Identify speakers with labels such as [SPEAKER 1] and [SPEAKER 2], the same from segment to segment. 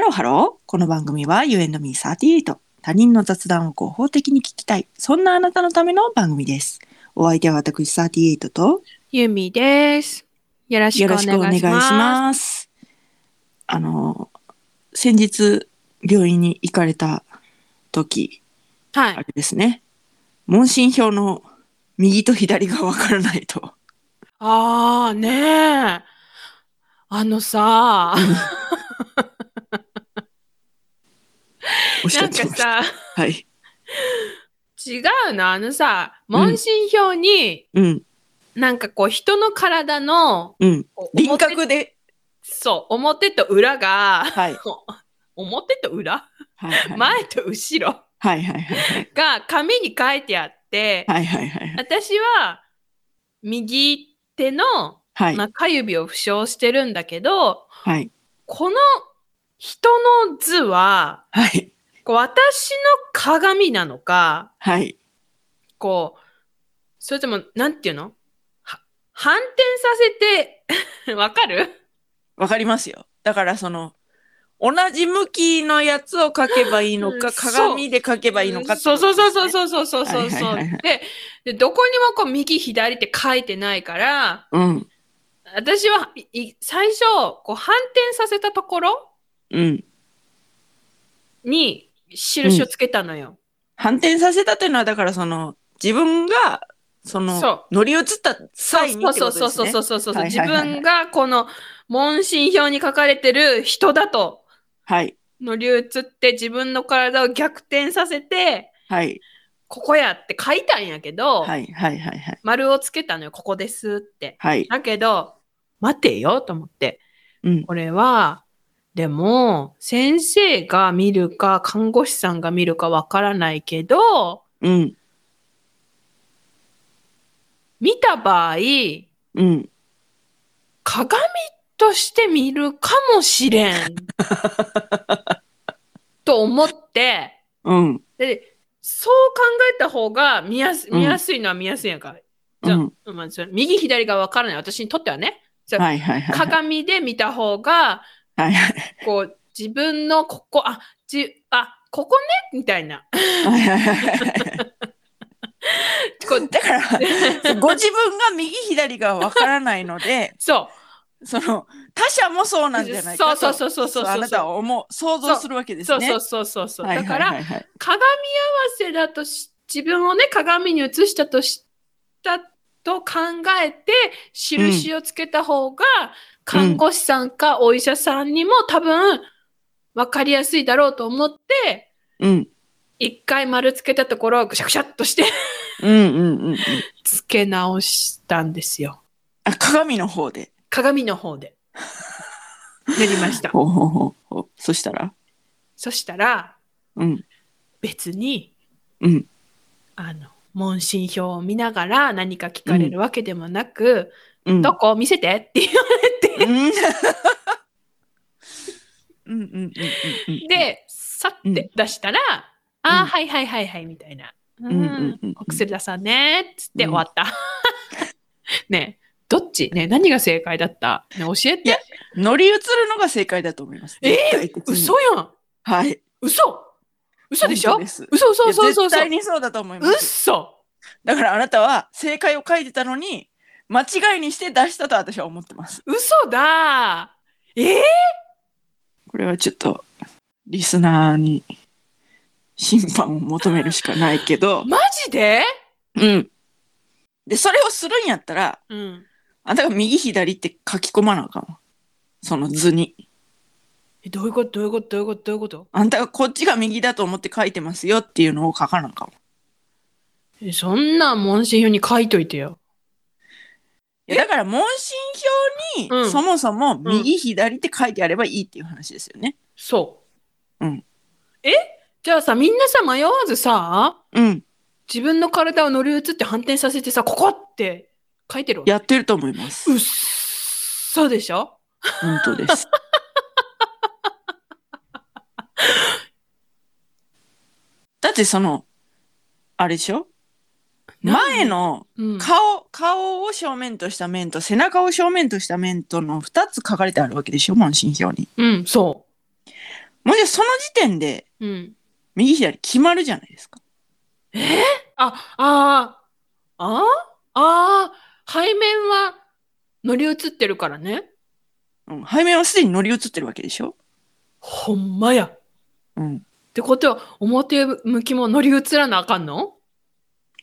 [SPEAKER 1] ロハロー。この番組は You and me38。他人の雑談を合法的に聞きたい。そんなあなたのための番組です。お相手は私38と
[SPEAKER 2] ゆみです。よろし
[SPEAKER 1] よ
[SPEAKER 2] くお
[SPEAKER 1] ろ
[SPEAKER 2] 願い
[SPEAKER 1] し
[SPEAKER 2] し
[SPEAKER 1] くお願
[SPEAKER 2] ま
[SPEAKER 1] い
[SPEAKER 2] す。
[SPEAKER 1] します。あの、先日病院に行かれた時、
[SPEAKER 2] は
[SPEAKER 1] あ
[SPEAKER 2] い
[SPEAKER 1] れ。ですね。問診票の右と左がわからないと。
[SPEAKER 2] ああ、ねえ。あ のさ、
[SPEAKER 1] おっし
[SPEAKER 2] な
[SPEAKER 1] ゃっ
[SPEAKER 2] ん
[SPEAKER 1] て
[SPEAKER 2] か
[SPEAKER 1] ました。
[SPEAKER 2] さ、
[SPEAKER 1] はい。
[SPEAKER 2] 違うの。あのさ、問診票に、
[SPEAKER 1] うん、
[SPEAKER 2] なんかこう、人の体の、
[SPEAKER 1] うん。
[SPEAKER 2] こう
[SPEAKER 1] 輪
[SPEAKER 2] 表
[SPEAKER 1] 郭で。
[SPEAKER 2] そう、表と裏が、
[SPEAKER 1] はい。
[SPEAKER 2] 表と裏
[SPEAKER 1] はいはい。
[SPEAKER 2] 前と後ろ
[SPEAKER 1] はいはいはいはい。
[SPEAKER 2] が紙に書いてあって、
[SPEAKER 1] はいはいはいはい。
[SPEAKER 2] 私は、右手の
[SPEAKER 1] はい。
[SPEAKER 2] 中指を負傷してるんだけど、
[SPEAKER 1] はい。
[SPEAKER 2] この人の図は、
[SPEAKER 1] はい。
[SPEAKER 2] こう私の鏡なのか、
[SPEAKER 1] はい。
[SPEAKER 2] こう、それとも、なんていうのは反転させて、わ かる
[SPEAKER 1] わかりますよ。だからその、同じ向きのやつを書けばいいの
[SPEAKER 2] う
[SPEAKER 1] か、
[SPEAKER 2] んそう
[SPEAKER 1] 鏡で書けばいいのかってこ
[SPEAKER 2] そ
[SPEAKER 1] と
[SPEAKER 2] うそう
[SPEAKER 1] ですね、
[SPEAKER 2] そうそうそうそうそうそ
[SPEAKER 1] は
[SPEAKER 2] う、
[SPEAKER 1] いはいはいはい
[SPEAKER 2] で。で、どこにもこう右左って書いてないから、
[SPEAKER 1] うん。
[SPEAKER 2] 私はいい最初、こう反転させたところ
[SPEAKER 1] うん。
[SPEAKER 2] に印をつけたのよ。
[SPEAKER 1] 反転させたというのは、だからその、自分が、その、
[SPEAKER 2] そう
[SPEAKER 1] 乗り移った
[SPEAKER 2] そう
[SPEAKER 1] 際にって
[SPEAKER 2] そ
[SPEAKER 1] こ
[SPEAKER 2] う
[SPEAKER 1] とです、ね。
[SPEAKER 2] そうそうそうそうそう、
[SPEAKER 1] はいはい
[SPEAKER 2] 自
[SPEAKER 1] はいはい
[SPEAKER 2] 分がこの問診票に書かれてる人だと
[SPEAKER 1] はい。
[SPEAKER 2] 乗り移って自分の体を逆転させて
[SPEAKER 1] はい。
[SPEAKER 2] ここやって書いたんやけど、
[SPEAKER 1] はい。はい。はい。はい。
[SPEAKER 2] 丸をつけたのよここですって。
[SPEAKER 1] はい。
[SPEAKER 2] だけど待てよと思って
[SPEAKER 1] うん。
[SPEAKER 2] これはでも先生が見るか看護師さんが見るかわからないけど
[SPEAKER 1] うん。
[SPEAKER 2] 見た場合
[SPEAKER 1] うん。
[SPEAKER 2] 鏡として見るかもしれん。 と思って、
[SPEAKER 1] うん。
[SPEAKER 2] で、そう考えた方が見やす
[SPEAKER 1] うん
[SPEAKER 2] 見やすいのは見やすいやんか。
[SPEAKER 1] う
[SPEAKER 2] じゃあ
[SPEAKER 1] ん。
[SPEAKER 2] まあそれ右左がわからない。私にとってはね。じゃあ
[SPEAKER 1] はい。はい。はい。
[SPEAKER 2] 鏡で見た方が、
[SPEAKER 1] はい。はい。
[SPEAKER 2] こう、自分のここ、あ、じ、あ、ここねみたいな。
[SPEAKER 1] はいはいはいはい。
[SPEAKER 2] こう
[SPEAKER 1] だから、ご自分が右左がわからないので、
[SPEAKER 2] そ
[SPEAKER 1] その他者もそう
[SPEAKER 2] う。
[SPEAKER 1] なんじゃないかと
[SPEAKER 2] そうそうそうそうそうそう。
[SPEAKER 1] あなたは思う想像するわけです
[SPEAKER 2] そう
[SPEAKER 1] ね。
[SPEAKER 2] そうそうそうそう。
[SPEAKER 1] はい
[SPEAKER 2] だ
[SPEAKER 1] は
[SPEAKER 2] か
[SPEAKER 1] いは
[SPEAKER 2] ら
[SPEAKER 1] い、はい
[SPEAKER 2] 鏡合わせだとし自分をね鏡に映したとしたと考えて印をつけた方が、看護師さんかお医者さんにも多分分かりやすいだろうと思って
[SPEAKER 1] うん
[SPEAKER 2] 一回丸つけたところをぐしゃぐしゃっとして
[SPEAKER 1] うんうんうんうん。
[SPEAKER 2] つけ直したんですよ
[SPEAKER 1] あ鏡の方で。
[SPEAKER 2] 鏡の 方で塗りました
[SPEAKER 1] ほうほうほうほう。そしたら、
[SPEAKER 2] そしたら
[SPEAKER 1] うん
[SPEAKER 2] 別に
[SPEAKER 1] うん
[SPEAKER 2] あの問診票を見ながら何か聞かれるわけでもなく、
[SPEAKER 1] うん。
[SPEAKER 2] どこ見せてって言わ
[SPEAKER 1] うんうんうんうんうんうん。
[SPEAKER 2] れて、さって出したら、ああ、はいはいはいはいみたいな。う
[SPEAKER 1] う
[SPEAKER 2] ん
[SPEAKER 1] んうんうん
[SPEAKER 2] お薬出さんねっつって
[SPEAKER 1] うん
[SPEAKER 2] 終わった。 ねえどっちねえ何が正解だった、ねえ、教え
[SPEAKER 1] いや
[SPEAKER 2] て。
[SPEAKER 1] 乗り移るのが正解だと思います。
[SPEAKER 2] えー
[SPEAKER 1] 絶対的に
[SPEAKER 2] 嘘やん
[SPEAKER 1] はい。
[SPEAKER 2] 嘘嘘でし
[SPEAKER 1] 本
[SPEAKER 2] ょ
[SPEAKER 1] 当す
[SPEAKER 2] 嘘嘘
[SPEAKER 1] い
[SPEAKER 2] 嘘嘘
[SPEAKER 1] や絶
[SPEAKER 2] 嘘
[SPEAKER 1] 対にそうだと思います。
[SPEAKER 2] 嘘
[SPEAKER 1] だからあなたは正解を書いてたのに、間違いにして出したと私は思ってます。
[SPEAKER 2] 嘘だえー
[SPEAKER 1] これはちょっとリスナーに審判を求めるしかないけど、
[SPEAKER 2] マジで
[SPEAKER 1] うん。で、それをするんやったら、
[SPEAKER 2] うん。
[SPEAKER 1] あんたが右左って書き込まなあかんわ。その図に。
[SPEAKER 2] えどういうことどういうことどういうことどういうこと
[SPEAKER 1] あんたがこっちが右だと思って書いてますよっていうのを書かなあかんわ。
[SPEAKER 2] えそんなん問診票に書いといてよ。
[SPEAKER 1] いやだから問診票
[SPEAKER 2] う
[SPEAKER 1] に
[SPEAKER 2] ん
[SPEAKER 1] そもそも右左って書いてあればいいっていう話ですよね。
[SPEAKER 2] そう。
[SPEAKER 1] うん。
[SPEAKER 2] えじゃあさ、みんなさ、迷わずさ、
[SPEAKER 1] うん。
[SPEAKER 2] 自分の体を乗り移って反転させてさ、ここって書いてる
[SPEAKER 1] やってると思います
[SPEAKER 2] う。っそでしょ
[SPEAKER 1] 本当です。 だってその、あれでしょ前、の
[SPEAKER 2] うん、
[SPEAKER 1] 顔、顔を正面とした面と背中を正面とした面との2つ書かれてあるわけでしょ問診票に。
[SPEAKER 2] うん、そ
[SPEAKER 1] もうじゃあその時点で、
[SPEAKER 2] うん。
[SPEAKER 1] 右左決まるじゃないですか。
[SPEAKER 2] えー、あ、あー、あーあー、背面は乗り移ってるからね。
[SPEAKER 1] うん。背面はすでに乗り移ってるわけでしょ
[SPEAKER 2] ほんまや。っ
[SPEAKER 1] うん。
[SPEAKER 2] てことは、表向きも乗り移らなあかんの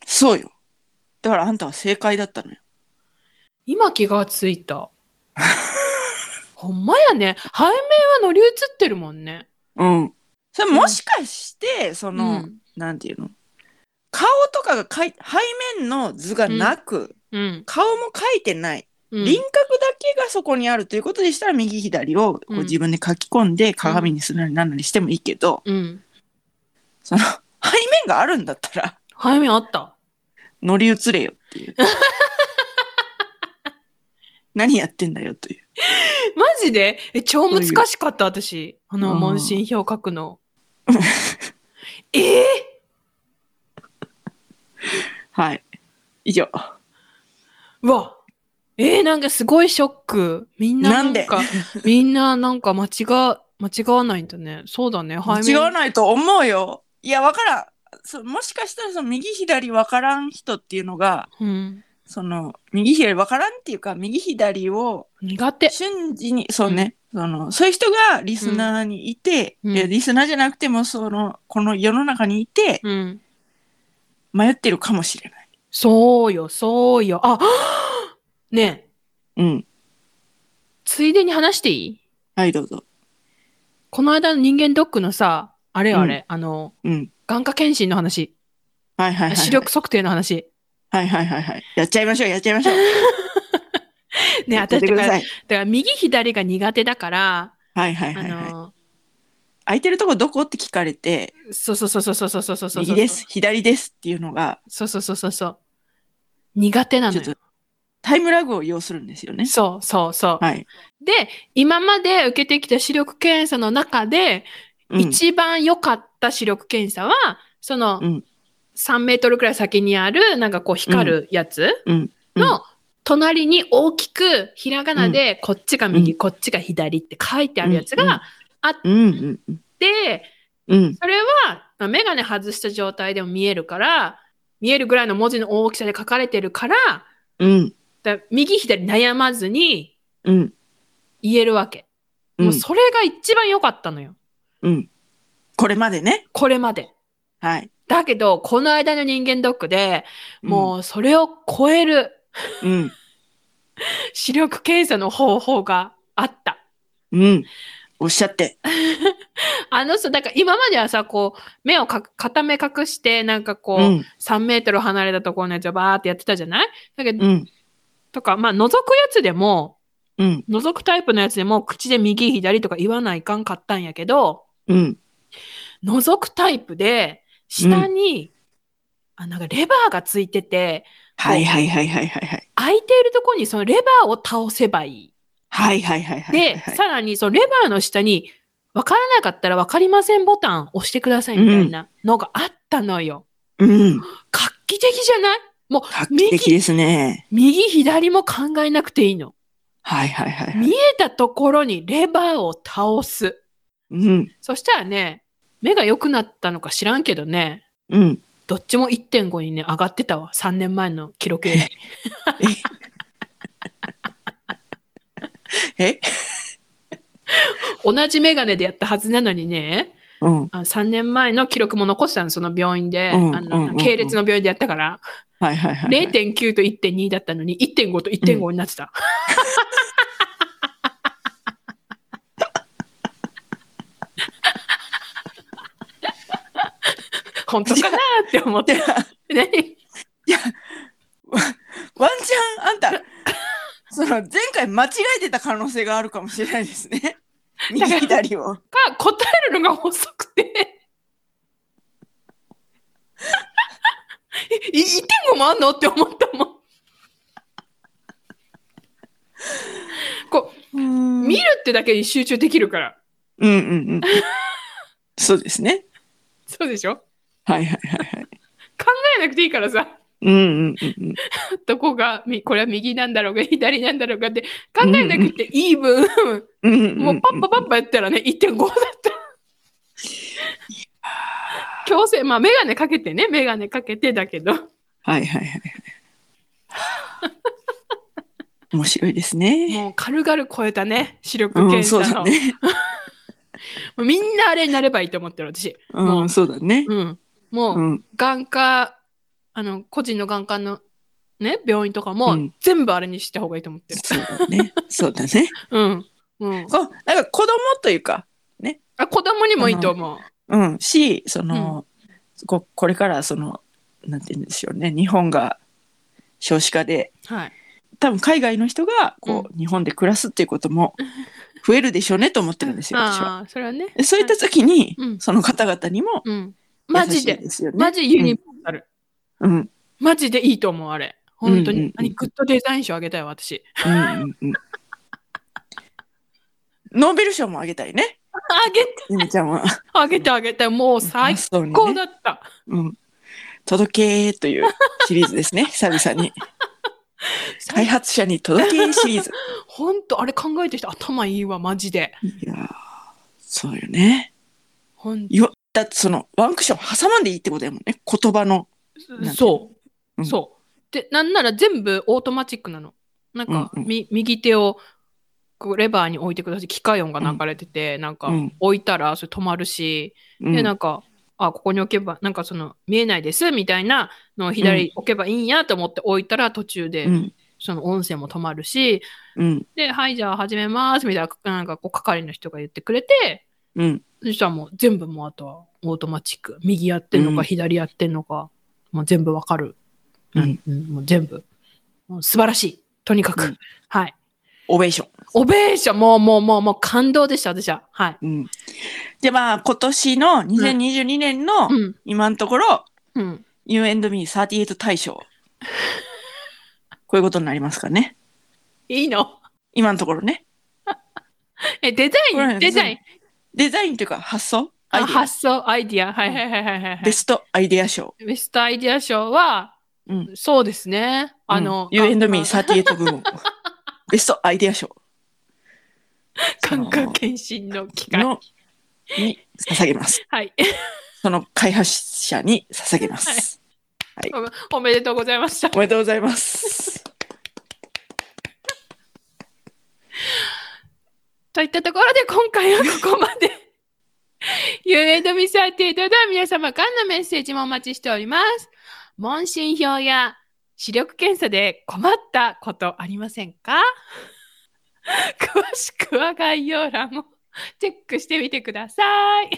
[SPEAKER 1] そうよ。だからあんたは正解だったのよ。
[SPEAKER 2] 今気がついた。ほんまやね。背面は乗り移ってるもんね。
[SPEAKER 1] うん。それもしかして、その、
[SPEAKER 2] うん。
[SPEAKER 1] なんていうの顔とかがかい背面の図がなく、
[SPEAKER 2] うん。
[SPEAKER 1] 顔も描いてない、
[SPEAKER 2] うん
[SPEAKER 1] 輪郭だけがそこにあるということでしたら右左をこ
[SPEAKER 2] う
[SPEAKER 1] うん自分で書き込んで鏡にするなりなんなりしてもいいけど、
[SPEAKER 2] うん。
[SPEAKER 1] その背面があるんだったら
[SPEAKER 2] 背面あった。
[SPEAKER 1] 乗り移れよっていう。何やってんだよという。
[SPEAKER 2] マジでえ、超難しかった、私。あの、
[SPEAKER 1] うん
[SPEAKER 2] 問診票書く の。ええ
[SPEAKER 1] はい。以上。
[SPEAKER 2] うわええなんかすごいショック。みんな
[SPEAKER 1] な
[SPEAKER 2] なんん
[SPEAKER 1] で
[SPEAKER 2] か、みんな なんか間違、間違わないんだね。そうだね。
[SPEAKER 1] 違わ
[SPEAKER 2] い。
[SPEAKER 1] ないと思うよ。いや、わからん。そうもしかしたらその右左わからん人っていうのが、
[SPEAKER 2] うん。
[SPEAKER 1] その右左わからんっていうか、右左を
[SPEAKER 2] 苦手。
[SPEAKER 1] 瞬時にそうね、そのそういう人がリスナーにいて、
[SPEAKER 2] うん
[SPEAKER 1] えリスナーじゃなくてもそのこの世の中にいて
[SPEAKER 2] うん。
[SPEAKER 1] 迷ってるかもしれない。
[SPEAKER 2] そうよ、そうよ。あ、 ねえ、
[SPEAKER 1] うん、
[SPEAKER 2] ついでに話していい
[SPEAKER 1] はいどうぞ。
[SPEAKER 2] この間の人間ドックのさ、あれよあれ、あの、
[SPEAKER 1] うん、
[SPEAKER 2] 眼科検診の話、
[SPEAKER 1] はい はいはい、はい。
[SPEAKER 2] 視力測定 の話。
[SPEAKER 1] はいはいはいはい。やっちゃいましょうやっちゃいましょう。
[SPEAKER 2] ね、
[SPEAKER 1] やっちゃっ
[SPEAKER 2] 私
[SPEAKER 1] てく
[SPEAKER 2] だか
[SPEAKER 1] ださ
[SPEAKER 2] ら、だ
[SPEAKER 1] い。
[SPEAKER 2] から右左が苦手だから、
[SPEAKER 1] はいはい
[SPEAKER 2] あ
[SPEAKER 1] はいはい。
[SPEAKER 2] の、
[SPEAKER 1] 空いてるとこどこって聞かれて
[SPEAKER 2] そうそうそうそうそうそうそうそうそう。
[SPEAKER 1] 右です。左ですっていうのが
[SPEAKER 2] そうそうそうそうそう。苦手なの
[SPEAKER 1] ちょっと
[SPEAKER 2] よ。
[SPEAKER 1] タイムラグを要するんですよね。
[SPEAKER 2] そうそうそう。
[SPEAKER 1] はい。
[SPEAKER 2] で、今まで受けてきた視力検査の中で、
[SPEAKER 1] うん
[SPEAKER 2] 一番良かった視力検査は、その、
[SPEAKER 1] うん
[SPEAKER 2] 3メートルくらい先にある、なんかこう光るやつ
[SPEAKER 1] うんうん
[SPEAKER 2] の、隣に大きく、ひらがなで、こっちが右、
[SPEAKER 1] う
[SPEAKER 2] こっちが左って書いてあるやつがあっ
[SPEAKER 1] うんうん
[SPEAKER 2] て、
[SPEAKER 1] うん
[SPEAKER 2] それは、まあメガネ外した状態でも見えるから、見えるぐらいの文字の大きさで書かれてるから、
[SPEAKER 1] うん
[SPEAKER 2] だから右左悩まずに
[SPEAKER 1] うん
[SPEAKER 2] 言えるわけ。
[SPEAKER 1] う
[SPEAKER 2] もうんそれが一番良かったのよ。
[SPEAKER 1] うん。これまでね。
[SPEAKER 2] これまで。
[SPEAKER 1] はい。
[SPEAKER 2] だけど、この間の人間ドックで、もうそれを超える
[SPEAKER 1] うん
[SPEAKER 2] 視力検査の方法があった。
[SPEAKER 1] うんうんおっしゃって。
[SPEAKER 2] あの人、だから今まではさ、こう、目をか片目隠して、なんかこう、
[SPEAKER 1] うん
[SPEAKER 2] 3メートル離れたところのやつをバーってやってたじゃないだけど、
[SPEAKER 1] うん
[SPEAKER 2] とか、まあ、覗くやつでも、
[SPEAKER 1] うん
[SPEAKER 2] 覗くタイプのやつでも、口で右左とか言わないかんかったんやけど、
[SPEAKER 1] うん
[SPEAKER 2] 覗くタイプで、下に、あなんかレバーがついてて、
[SPEAKER 1] はいはいはいはいはいはい
[SPEAKER 2] 空いているところにそのレバーを倒せばいい。
[SPEAKER 1] はいはいはいはいはい
[SPEAKER 2] で、
[SPEAKER 1] はい
[SPEAKER 2] さらにそのレバーの下に、わからなかったらわかりませんボタン押してくださいみたいなのがあったのよ。
[SPEAKER 1] うん
[SPEAKER 2] 画期的じゃないも
[SPEAKER 1] 画
[SPEAKER 2] う、
[SPEAKER 1] 期的
[SPEAKER 2] 右、
[SPEAKER 1] ですね
[SPEAKER 2] 右左も考えなくていいの。
[SPEAKER 1] はいはいはいはい
[SPEAKER 2] 見えたところにレバーを倒す。
[SPEAKER 1] うん
[SPEAKER 2] そしたらね、目が良くなったのか知らんけどね、
[SPEAKER 1] うん
[SPEAKER 2] どっちも1.5にね、上がってたわ。3年前の記録より。
[SPEAKER 1] え
[SPEAKER 2] 同じメガネでやったはずなのにね、
[SPEAKER 1] うん
[SPEAKER 2] あ3年前の記録も残したの、その病院で。
[SPEAKER 1] うん
[SPEAKER 2] あ
[SPEAKER 1] うんうんう
[SPEAKER 2] の
[SPEAKER 1] ん
[SPEAKER 2] 系列の病院でやったから。
[SPEAKER 1] はいはいはいはい
[SPEAKER 2] 0.9と1.2だったのに1.5と1.5になってた。 本当かなって思っ
[SPEAKER 1] じ
[SPEAKER 2] て
[SPEAKER 1] ゃ。あ
[SPEAKER 2] 何
[SPEAKER 1] ワンチャンあんた その前回間違えてた可能性があるかもしれないです ね右左を
[SPEAKER 2] か答えるのが遅くて。 い1.5もあんのって思ったもん。こう、見るってだけに集中できるから。
[SPEAKER 1] うんうんうんそうですね
[SPEAKER 2] そうでしょ
[SPEAKER 1] はいはいはいはい
[SPEAKER 2] 考えなくていいからさ、
[SPEAKER 1] うんうんうんうん
[SPEAKER 2] どこがみ、これは右なんだろうが、左なんだろうがって考えなくていい分、
[SPEAKER 1] うんうんうん
[SPEAKER 2] もうパッパパッパやったらね、1.5だっ強制、まあ、メガネかけてね、メガネかけてだけど。
[SPEAKER 1] はいはいはい。面白いですね。
[SPEAKER 2] もう軽々超えたね、視力
[SPEAKER 1] う
[SPEAKER 2] 検
[SPEAKER 1] ん、そう
[SPEAKER 2] 査
[SPEAKER 1] だ
[SPEAKER 2] の。
[SPEAKER 1] ね。
[SPEAKER 2] もうみんなあれになればいいと思ってる、私。
[SPEAKER 1] うん、そうだね。
[SPEAKER 2] うん。も
[SPEAKER 1] う
[SPEAKER 2] う、
[SPEAKER 1] ん。
[SPEAKER 2] 眼科、あの、個人の眼科のね、病院とかも、
[SPEAKER 1] うん
[SPEAKER 2] 全部あれにした方がいいと思ってる。
[SPEAKER 1] そうだね。そうだね。
[SPEAKER 2] うん。う ん、
[SPEAKER 1] あ、なんか子供というか、
[SPEAKER 2] あ子供にもいいと思う。
[SPEAKER 1] うん、し、その、ここれからその、なんて言うんでしょうね、日本が少子化で、
[SPEAKER 2] はい。
[SPEAKER 1] 多分海外の人がこう、日本で暮らすっていうことも増えるでしょうねと思ってるんですよ、私は。
[SPEAKER 2] ああ、それ はね。
[SPEAKER 1] でそういった時に、
[SPEAKER 2] うん
[SPEAKER 1] その方々にも
[SPEAKER 2] うん。マ
[SPEAKER 1] 優
[SPEAKER 2] ジ
[SPEAKER 1] しい
[SPEAKER 2] で、
[SPEAKER 1] ですよね。
[SPEAKER 2] マジユニバーサル。
[SPEAKER 1] うん、うん、
[SPEAKER 2] マジでいいと思う、あれ。本当
[SPEAKER 1] うんうんう
[SPEAKER 2] に
[SPEAKER 1] ん。
[SPEAKER 2] あれグッドデザイン賞あげたいわ、私。
[SPEAKER 1] うん、うん。ノーベル賞もあげたいね、
[SPEAKER 2] あげて、
[SPEAKER 1] ゆみちゃんは。
[SPEAKER 2] あげて、あげて。もう最
[SPEAKER 1] そうに
[SPEAKER 2] 高
[SPEAKER 1] ね。
[SPEAKER 2] だった。
[SPEAKER 1] うん。届けーというシリーズです ね、久々に。開発者に届けーシリーズ。
[SPEAKER 2] ほんと、あれ考えてきた頭いいわ、マジで。
[SPEAKER 1] いやーそうよね。
[SPEAKER 2] ほん
[SPEAKER 1] よだってそのワンクッション挟まんでいいってことやもんね言葉の。なんて
[SPEAKER 2] そうう。
[SPEAKER 1] ん
[SPEAKER 2] そう。で、なんなら全部オートマチックなの。なんか、
[SPEAKER 1] うんうん
[SPEAKER 2] み右手をこうレバーに置いてください。機械音が流れてて、なんか
[SPEAKER 1] うん
[SPEAKER 2] 置いたらそれ止まるし、
[SPEAKER 1] うん
[SPEAKER 2] で、なんか、あ、ここに置けば、なんかその、見えないです、みたいなのを左に置けばいいんやと思って置いたら途中で
[SPEAKER 1] う、ん
[SPEAKER 2] その音声も止まるし、
[SPEAKER 1] うん
[SPEAKER 2] で、はい、じゃあ始めます、みたいな、なんかこう、係の人が言ってくれて、
[SPEAKER 1] うん
[SPEAKER 2] そしたらもう全部もうあとはオートマチック。右やってんの
[SPEAKER 1] うん
[SPEAKER 2] か左やってんのか、もう全部わかる。
[SPEAKER 1] うん
[SPEAKER 2] うんもう全部。もう素晴らしい。とにかく。
[SPEAKER 1] うん
[SPEAKER 2] はい。
[SPEAKER 1] オベーション。
[SPEAKER 2] オベーション、もうもうもうもう感動でした、私は。はい。
[SPEAKER 1] うん、でまあ今年の2022年の
[SPEAKER 2] うん。
[SPEAKER 1] 今のところ
[SPEAKER 2] うん。
[SPEAKER 1] 「You and Me38 大賞」こういうことになりますかね
[SPEAKER 2] いいの
[SPEAKER 1] 今のところね
[SPEAKER 2] え、デザ
[SPEAKER 1] こ
[SPEAKER 2] イン、
[SPEAKER 1] れ
[SPEAKER 2] デザイン。
[SPEAKER 1] デザインというか発想アイ
[SPEAKER 2] あ、
[SPEAKER 1] デア
[SPEAKER 2] 発想、アイディア。はいはいはいはいはいはい。
[SPEAKER 1] ベストアイデア賞。
[SPEAKER 2] ベストアイディア賞は、
[SPEAKER 1] うん
[SPEAKER 2] そうですね。あの、
[SPEAKER 1] うん、You and
[SPEAKER 2] 眼
[SPEAKER 1] Me38 部 門ベストアイデア賞
[SPEAKER 2] 科眼科検診の機会。
[SPEAKER 1] のに捧げます。
[SPEAKER 2] はい。
[SPEAKER 1] その開発者に捧げます。
[SPEAKER 2] おめでとうございました。
[SPEAKER 1] おめでとうございます。
[SPEAKER 2] といったところで今回はここまで。You and me 38では皆様からのメッセージもお待ちしております。問診票や視力検査で困ったことありませんか詳しくは概要欄をチェックしてみてください。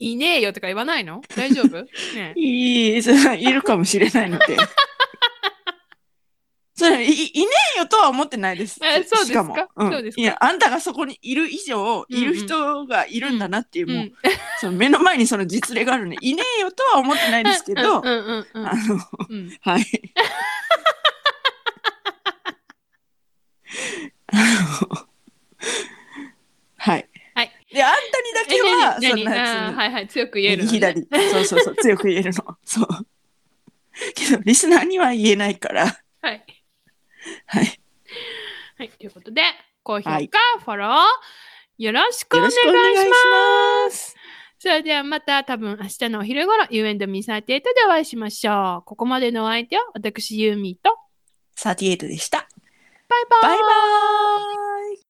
[SPEAKER 2] いねえよとか言わないの大丈夫ねえ
[SPEAKER 1] いい、それいるかもしれないの で。それいいねえよとは思ってないです。
[SPEAKER 2] えそうですか
[SPEAKER 1] しも、ん
[SPEAKER 2] そうですか
[SPEAKER 1] いや、あんたがそこにいる以上、いる人がいるんだなっていう、
[SPEAKER 2] うん
[SPEAKER 1] もう、その目の前にその実例があるんで、いねえよとは思ってないですけど、
[SPEAKER 2] うんうんうん
[SPEAKER 1] あの、
[SPEAKER 2] うん
[SPEAKER 1] はい。あのはい。
[SPEAKER 2] はい。
[SPEAKER 1] で、あんたにだけは、
[SPEAKER 2] え
[SPEAKER 1] そん
[SPEAKER 2] 何
[SPEAKER 1] な
[SPEAKER 2] 何あーはいはい、強く言える
[SPEAKER 1] 右
[SPEAKER 2] のね、
[SPEAKER 1] 左。そうそうそう、強く言えるの。そう。けど、リスナーには言えないから。
[SPEAKER 2] はい。
[SPEAKER 1] はい。よ
[SPEAKER 2] はい、ということで、高評価、
[SPEAKER 1] はい
[SPEAKER 2] フォロー、よろしくお
[SPEAKER 1] ろ
[SPEAKER 2] 願い
[SPEAKER 1] しくお
[SPEAKER 2] し
[SPEAKER 1] 願い
[SPEAKER 2] ま
[SPEAKER 1] し
[SPEAKER 2] す。
[SPEAKER 1] ます。
[SPEAKER 2] それではまた多分明日のお昼頃、You and Me38 でお会いしましょう。ここまでのお相手は私、ユーミーと、
[SPEAKER 1] 38でした。
[SPEAKER 2] バイバイ
[SPEAKER 1] バイバーイ。